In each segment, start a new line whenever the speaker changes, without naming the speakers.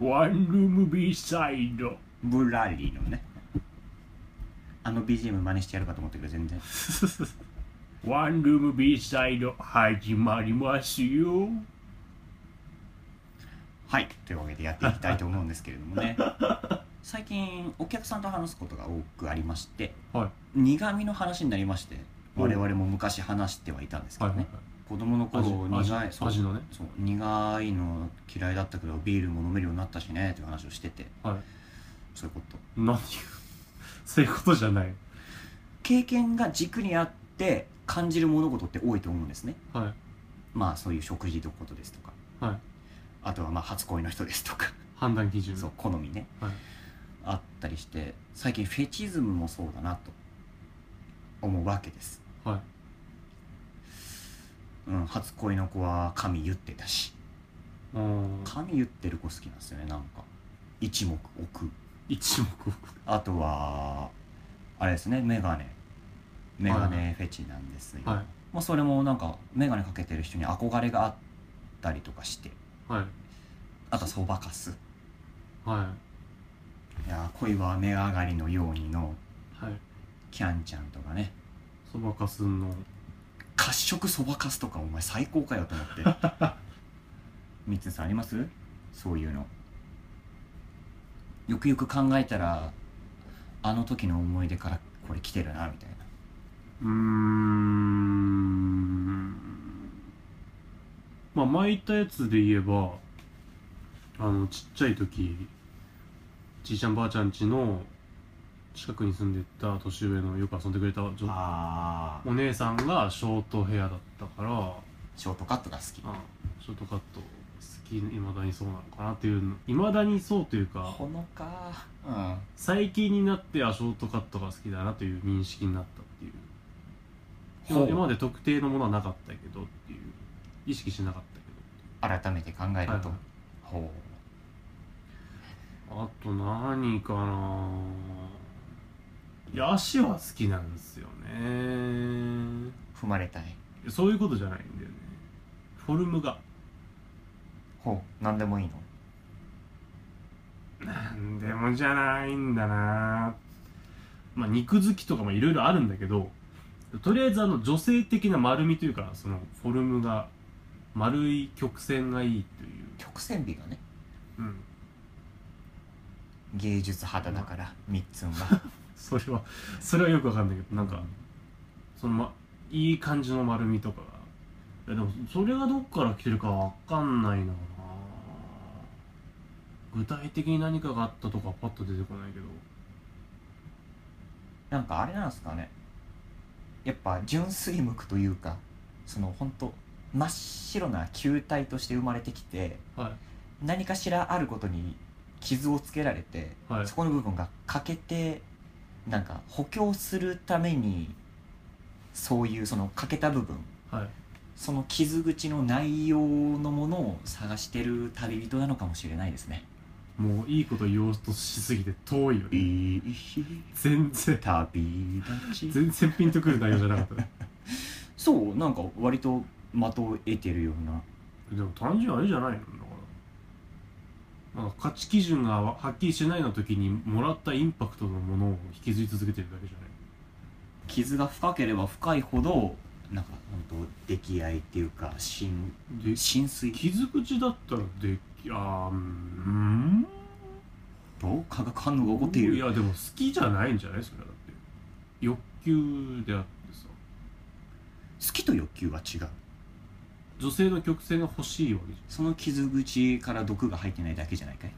ワンルーム B サイド
ブラリーのねあの BGM 真似してやるかと思ったけど全然
ワンルーム B サイド始まりますよ
はいというわけでやっていきたいと思うんですけれども ね最近お客さんと話すことが多くありまして
は
苦味の話になりまして
お
我々も昔話してはいたんです
い
け
はい
ど
は
ね、
い
子供の頃苦
味
い
味
そう
味のね
そう苦いの嫌いだったけどビールも飲めるようになったしねっていう話をしてて
はい
そういうこと
何 をそういうことじゃない
経験が軸にあって感じる物事って多いと思うんですね
はい
まあそういう食事のことですとか、
はい
あとはまあ初恋の人ですとか、
判断基準
そう好みね、
はい
あったりして最近フェチズムもそうだなと思うわけです、
はい
うん、初恋の子は髪言ってたし
うん
髪言ってる子好きなんですよねなんか一目置く
一目置く
あとはあれですねメガネメガネフェチなんですよ、
は
まあ、それもなんかメガネかけてる人に憧れがあったりとかして
いはい
あとはそばかす
はい
やー恋は雨上がりのようにの
いはい
キャンちゃんとかね
そばかすの
褐色そばかすとかお前最高かよと思って 三つさんありますそういうのよくよく考えたらあの時の思い出からこれ来てるなみたいな
うーんまあ巻いたやつで言えばあのちっちゃい時じいちゃんばあちゃん家の近くに住んでた年上のよく遊んでくれた女
あ
お姉さんがショートヘアだったからあ
ショートカットが好き
ショートカット好きいまだにそうなのかなっていういまだにそうというか
ほのかうん
最近になってあショートカットが好きだなという認識になったっていう
ほう
今まで特定のものはなかったけどっていう意識しなかったけ
改めて考え
は
ると、
いはい
ほ
どあと何かないや足は好きなんですよね
う踏まれたい
そういうことじゃないんだよねフォルムが
ほう何でもいいの
なんでもじゃないんだなまあ肉付きとかもいろいろあるんだけどとりあえずあの女性的な丸みというかそのフォルムが丸い曲線がいいという
曲線美がね
うん、
芸術肌だから三つんは
それはそれはよくわかんないけど なんかそのまいい感じの丸みとかがいやでもそれがどっから来てるかわかんないな具体的に何かがあったとかパッと出てこないけど
なんかあれなんですかねやっぱ純粋無垢というかそのほんと真っ白な球体として生まれてきて
はい
何かしらあることに傷をつけられて、
はい
そこの部分が欠けてなんか補強するためにそういうその欠けた部分
はい
その傷口の内容のものを探してる旅人なのかもしれないですね。
もういいこと言おうとしすぎて遠いよね
いい日
全然
旅立ち
全然ピンとくる内容じゃなかったね
そうなんか割と的を得てるような
でも単純にあれじゃないのだからなんか価値基準がはっきりしてないの時にもらったインパクトのものを引きずり続けてるだけじゃない
傷が深ければ深いほどなんか本当溺愛っていうか浸
で
浸水
傷口だったらできあーうーん
どう化学反応が起こっている
やでも好きじゃないんじゃないそれはだって欲求であってさ
好きと欲求は違う
女性の曲線が欲しいわけじ
その傷口から毒が入ってないだけじゃないかい
い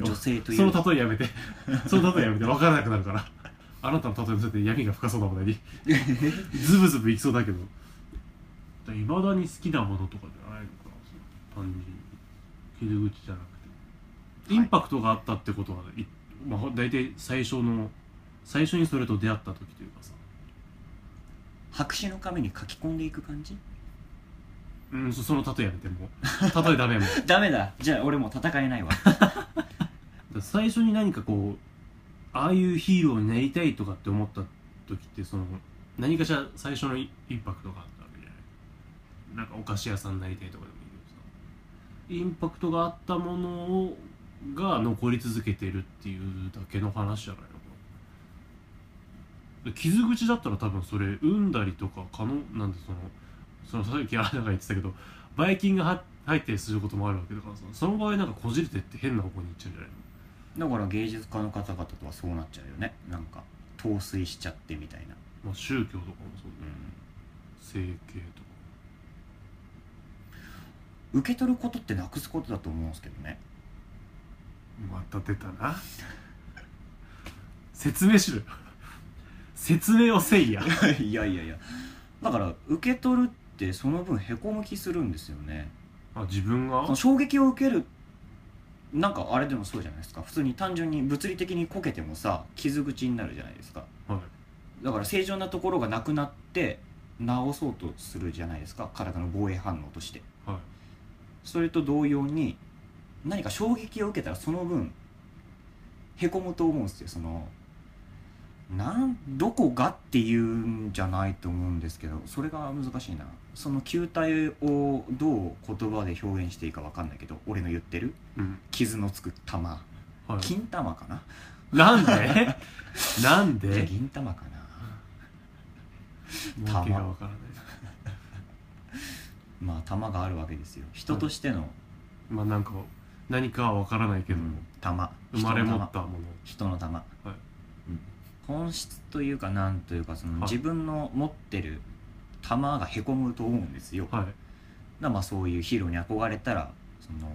や
女性と
ゃん
い
そうの例えやめて その例えやめて分からなくなるからあなたの例えについて闇が深そうなもの にズブズブいきそうだけどいまだに好きなものとかじゃないのかなその単純に傷口じゃなくてインパクトがあったってことは、いまあ、大体最初の最初にそれと出会った時というかさ
白紙の紙に書き込んでいく感じ
うん、そその例えやめてもう例えダメもうだか
ダメだじゃあ俺もう戦えないわ
ら最初に何かこうああいうヒーローになりたいとかって思った時ってその何かしら最初のイインパクトがあったわけじゃないなんかお菓子屋さんになりたいとかでもいいけどさインパクトがあったものをが残り続けてるっていうだけの話じゃないのかなで傷口だったら多分それ産んだりとか可能なんでそのそのさっきあなたが言ってたけどばい菌がは入ってすることもあるわけだからさその場合なんかこじれてって変な方向に行っちゃうんじゃないの
だから芸術家の方々とはそうなっちゃうよねなんか陶酔しちゃってみたいな、
まあ宗教とかもそうだよね
う
整形とか
ん、受け取ることってなくすことだと思うんですけどね
また出たな説明しろよ説明をせいや
いやいやいやだから受け取るってその分へこむ気するんですよね
あ自分が
その衝撃を受けるなんかあれでもそうじゃないですか普通に単純に物理的にこけてもさ傷口になるじゃないですか
はい
だから正常なところがなくなって治そうとするじゃないですか体の防衛反応として
はい
それと同様に何か衝撃を受けたらその分へこむと思うんですよそのなんどこがっていうんじゃないと思うんですけどそれが難しいなその球体をどう言葉で表現していいか分かんないけど俺の言ってる
うん
傷のつく玉
はい
金玉かな
なん でなんで
銀玉かな
わけがわからない
まあ玉があるわけですよ人としての、
まあなんか何かはわからないけど、
うん玉
生まれ
人
持
の玉
ったもの
人の玉、
い
うん本質というかなんというかその
はい
自分の持ってる玉がへこむと思うんですよ、だか
はい
らまあそういうヒーローに憧れたらその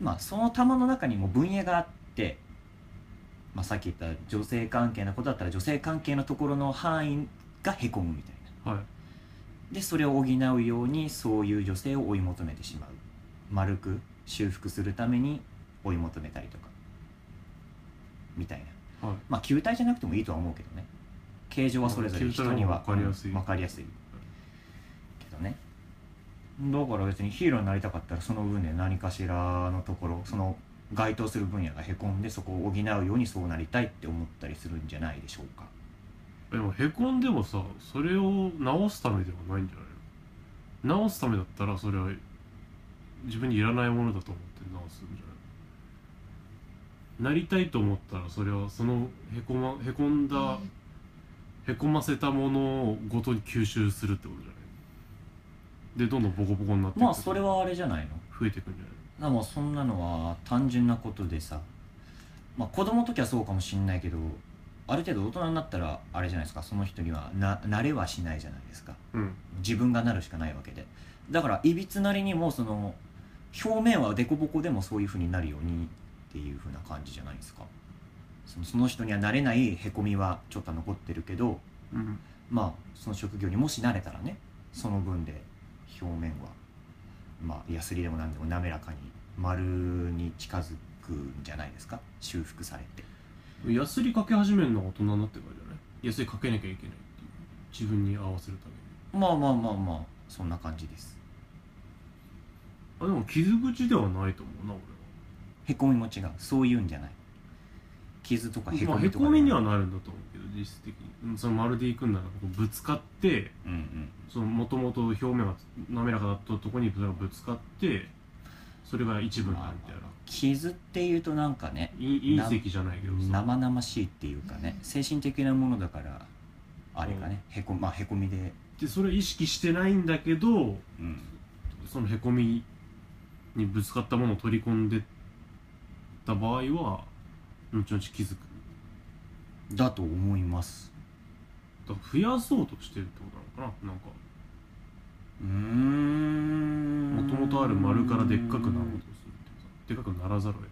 まあその玉の中にも分野があって、まあ、さっき言った女性関係のことだったら女性関係のところの範囲がへこむみたいな
はい
でそれを補うようにそういう女性を追い求めてしまう丸く修復するために追い求めたりとかみたいな
はい
まあ球体じゃなくてもいいとは思うけどね形状はそれぞれ
球体
人
は
には
分かりやすい
うん分かりやすいけどねだから別にヒーローになりたかったらその分で何かしらのところその該当する分野がへこんでそこを補うようにそうなりたいって思ったりするんじゃないでしょうか
でもへこんでもさそれを直すためではないんじゃないの直すためだったらそれは自分にいらないものだと思って直すんじゃないなりたいと思ったらそれはそのへこ,、ま、へこんだ、へこませたものをごとに吸収するってことじゃないでどんどんボコボコになっていく
まあそれはあれじゃないの
増えていくんじゃない
でもそんなのは単純なことでさまあ子供の時はそうかもしんないけどある程度大人になったらあれじゃないですかその人にはな慣れはしないじゃないですか
うん
自分がなるしかないわけでだからいびつなりにもその表面は凸凹でもそういうふうになるようにっていうふうな感じじゃないですかそのその人にはなれないへこみはちょっと残ってるけど
うん
まあその職業にもし慣れたらねその分で表面はまあヤスリでも何でも滑らかに丸に近づくんじゃないですか修復されて
ヤスリかけ始めるのは大人になってからじゃないヤスリかけなきゃいけないっていう自分に合わせるために
まあまあまあまあそんな感じです
あでも傷口ではないと思うな
へこみも違うそういうんじゃない傷とか
俺
へ
はま
こ
あへ
みとか
こみには
な
なるんだと思うけど実質的にうんそのまるでいくんならこうぶつかって
うんうん
そのもともと表面が滑らかだったとこにそれがぶつかってそれが一部になるみたいな
傷っていうとなんかね
い隕石じゃないけどさ
生々しいっていうかね精神的なものだからあれかね、へこまあへこみで、
でそれ意識してないんだけど
うん、
そのへこみにぶつかったものを取り込んでった場合は後々気づく
だと思います
だから増やそうとしてるってことなのかななんか
うー
も
ん
ともとある丸からでっかくなろうとするっていうさでっかくならざるを得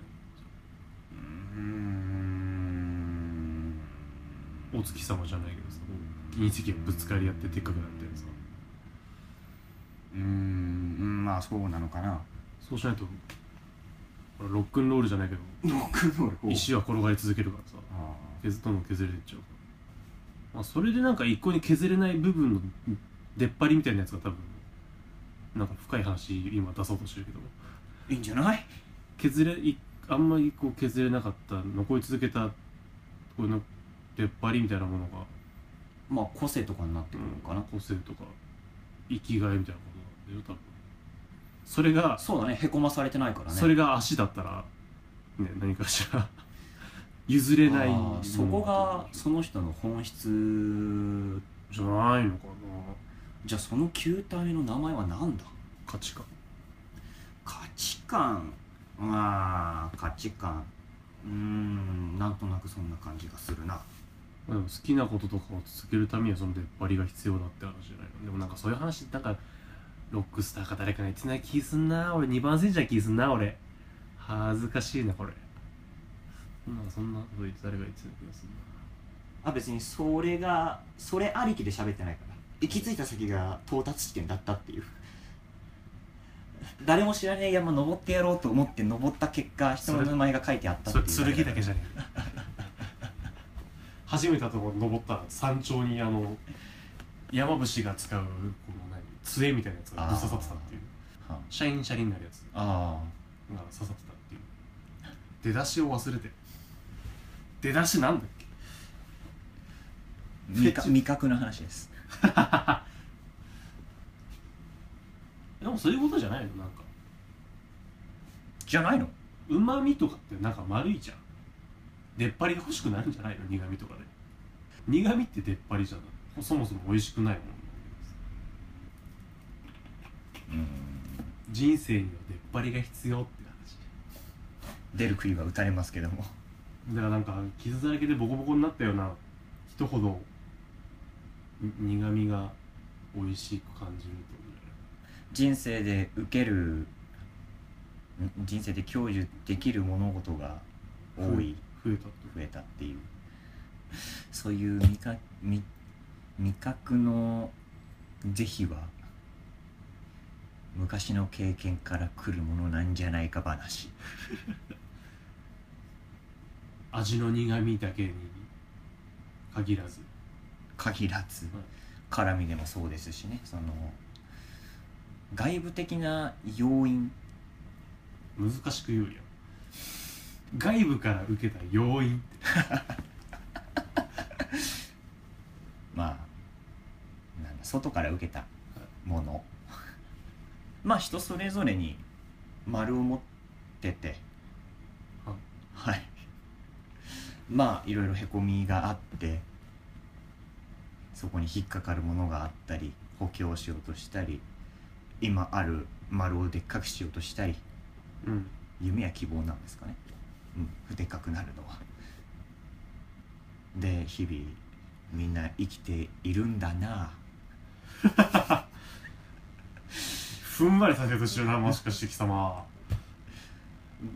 うーん
ないお月様じゃないけどさ隕石がぶつかり合ってでっかくなってさ
うーんうんまあそうなのかな
そうしないとほらロックンロールじゃないけど
ロックンロール
石は転がり続けるからさ
あ
削どんどん削れてっちゃうから、まあ、それでなんか一向に削れない部分の出っ張りみたいなやつが多分なんか深い話今出そうとしてるけど
ーいいんじゃない
削れいあんまりこう削れなかった残り続けたこの出っ張りみたいなものが
まあ個性とかになってくるのかな、
個性とか生きがいみたいなことなんだよ多分それが、
そうだねへこまされてないからね
それが足だったら、ね、何かしら 譲れない
あーそこがその人の本質
じゃないのかな
じゃあその球体の名前は何だ
価値観
価値観あー価値観うーんなんとなくそんな感じがするな
まあでも好きなこととかを続けるためにはその出っ張りが必要だって話じゃないのでもなんかそういう話なんかロックスターか誰かが言ってない気すんな俺2番戦じゃ気すんな俺恥ずかしいなこれなんかそんなこと言って誰が言ってた気がする
あ別にそれがそれありきで喋ってないから行き着いた先が到達地点だったっていう誰も知らねえ山登ってやろうと思って登った結果人の名前が書いてあったっていう
ゃねえ初めてところ登った山頂にあの山伏が使うこの何杖みたいなやつがぶっ刺さってたっていう
あ
シャインシャリンになるやつ
あ
が刺さってたっていう出だしを忘れて出だしなんだっけ
味覚味覚の話です
でもそういうことじゃないのなんか
じゃないの
うまみとかってなんか丸いじゃん出っ張りが欲しくなるんじゃないの苦味とかで苦味って出っ張りじゃんそもそも美味しくないもん
うん
人生には出っ張りが必要って話
出る杭は打たれますけども
だからなんか傷だらけでボコボコになったような人ほどに苦味が美味しく感じるってことじゃない
人生で受けるん人生で享受できる物事が多い
増えたって
増えたっていうそういう味覚味味覚の是非は昔の経験から来るものなんじゃないか話
味の苦味だけに限らず
限らず絡みでもそうですしねその外部的な要因
難しく言うやん外部から受けた要因って
まあなんだ外から受けたもの まあ人それぞれに丸を持ってて
はい
はいまあいろいろへこみがあってそこに引っかかるものがあったり補強しようとしたり今ある丸をでっかくしようとしたり
うん
夢や希望なんですかね、うん、でかくなるのはで日々みんな生きているんだな
ふんわりさせようとしてるなもしかして貴様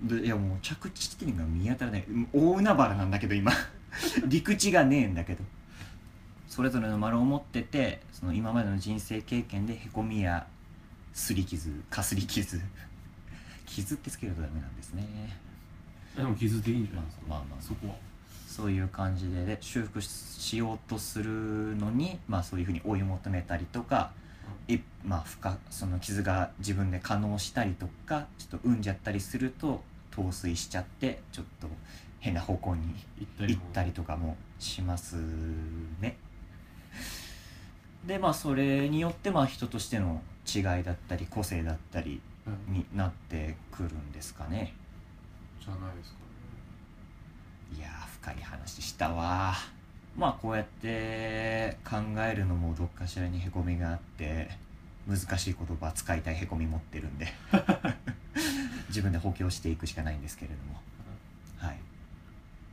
でいやもう着地点が見当たらないうん大海原なんだけど今 陸地がねえんだけどそれぞれの丸を持っててその今までの人生経験でへこみやすり傷かすり傷傷ってつけるとダメなんですね
でも傷でいいんじゃ
ま
ない
あ
ですか
まあまあ
そこは
そういう感じでで修復ししようとするのに、まあ、そういうふうに追い求めたりとか、いまあ、深その傷が自分で化膿したりとかちょっと産んじゃったりすると陶酔しちゃってちょっと変な方向に
行ったり
行っ
も
たりとかもしますね。でまあそれによってまあ人としての違いだったり個性だったり
うん
になってくるんですかね。
じゃないですかね
いやー深い話したわまあこうやって考えるのもどっかしらにへこみがあって難しい言葉使いたいへこみ持ってるんで 自分で補強していくしかないんですけれどもはい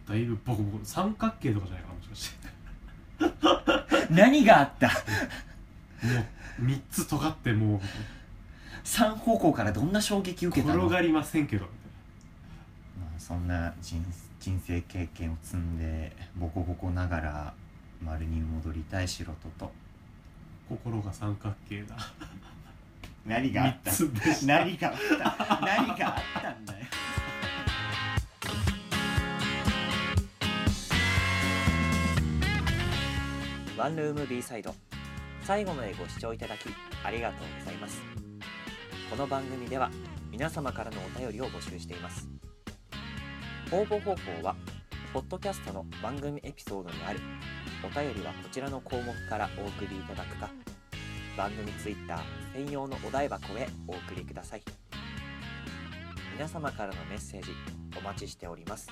だいぶボコボコ三角形とかじゃないかなもしかして
何があった
もう3つ尖ってもう
3方向からどんな衝撃受けた
転
の、ま
がりませんけどみ
あ、そんな人人生経験を積んでボコボコながら丸に戻りたい素人と
たいな心が三角形だ
何があった
3つでした
何があった何があったんだよワンルーム B サイド最後までご視聴いただきありがとうございますこの番組では皆様からのお便りを募集しています応募方法はポッドキャストの番組エピソードにあるお便りはこちらの項目からお送りいただくか番組ツイッター専用のお台箱へお送りください皆様からのメッセージお待ちしております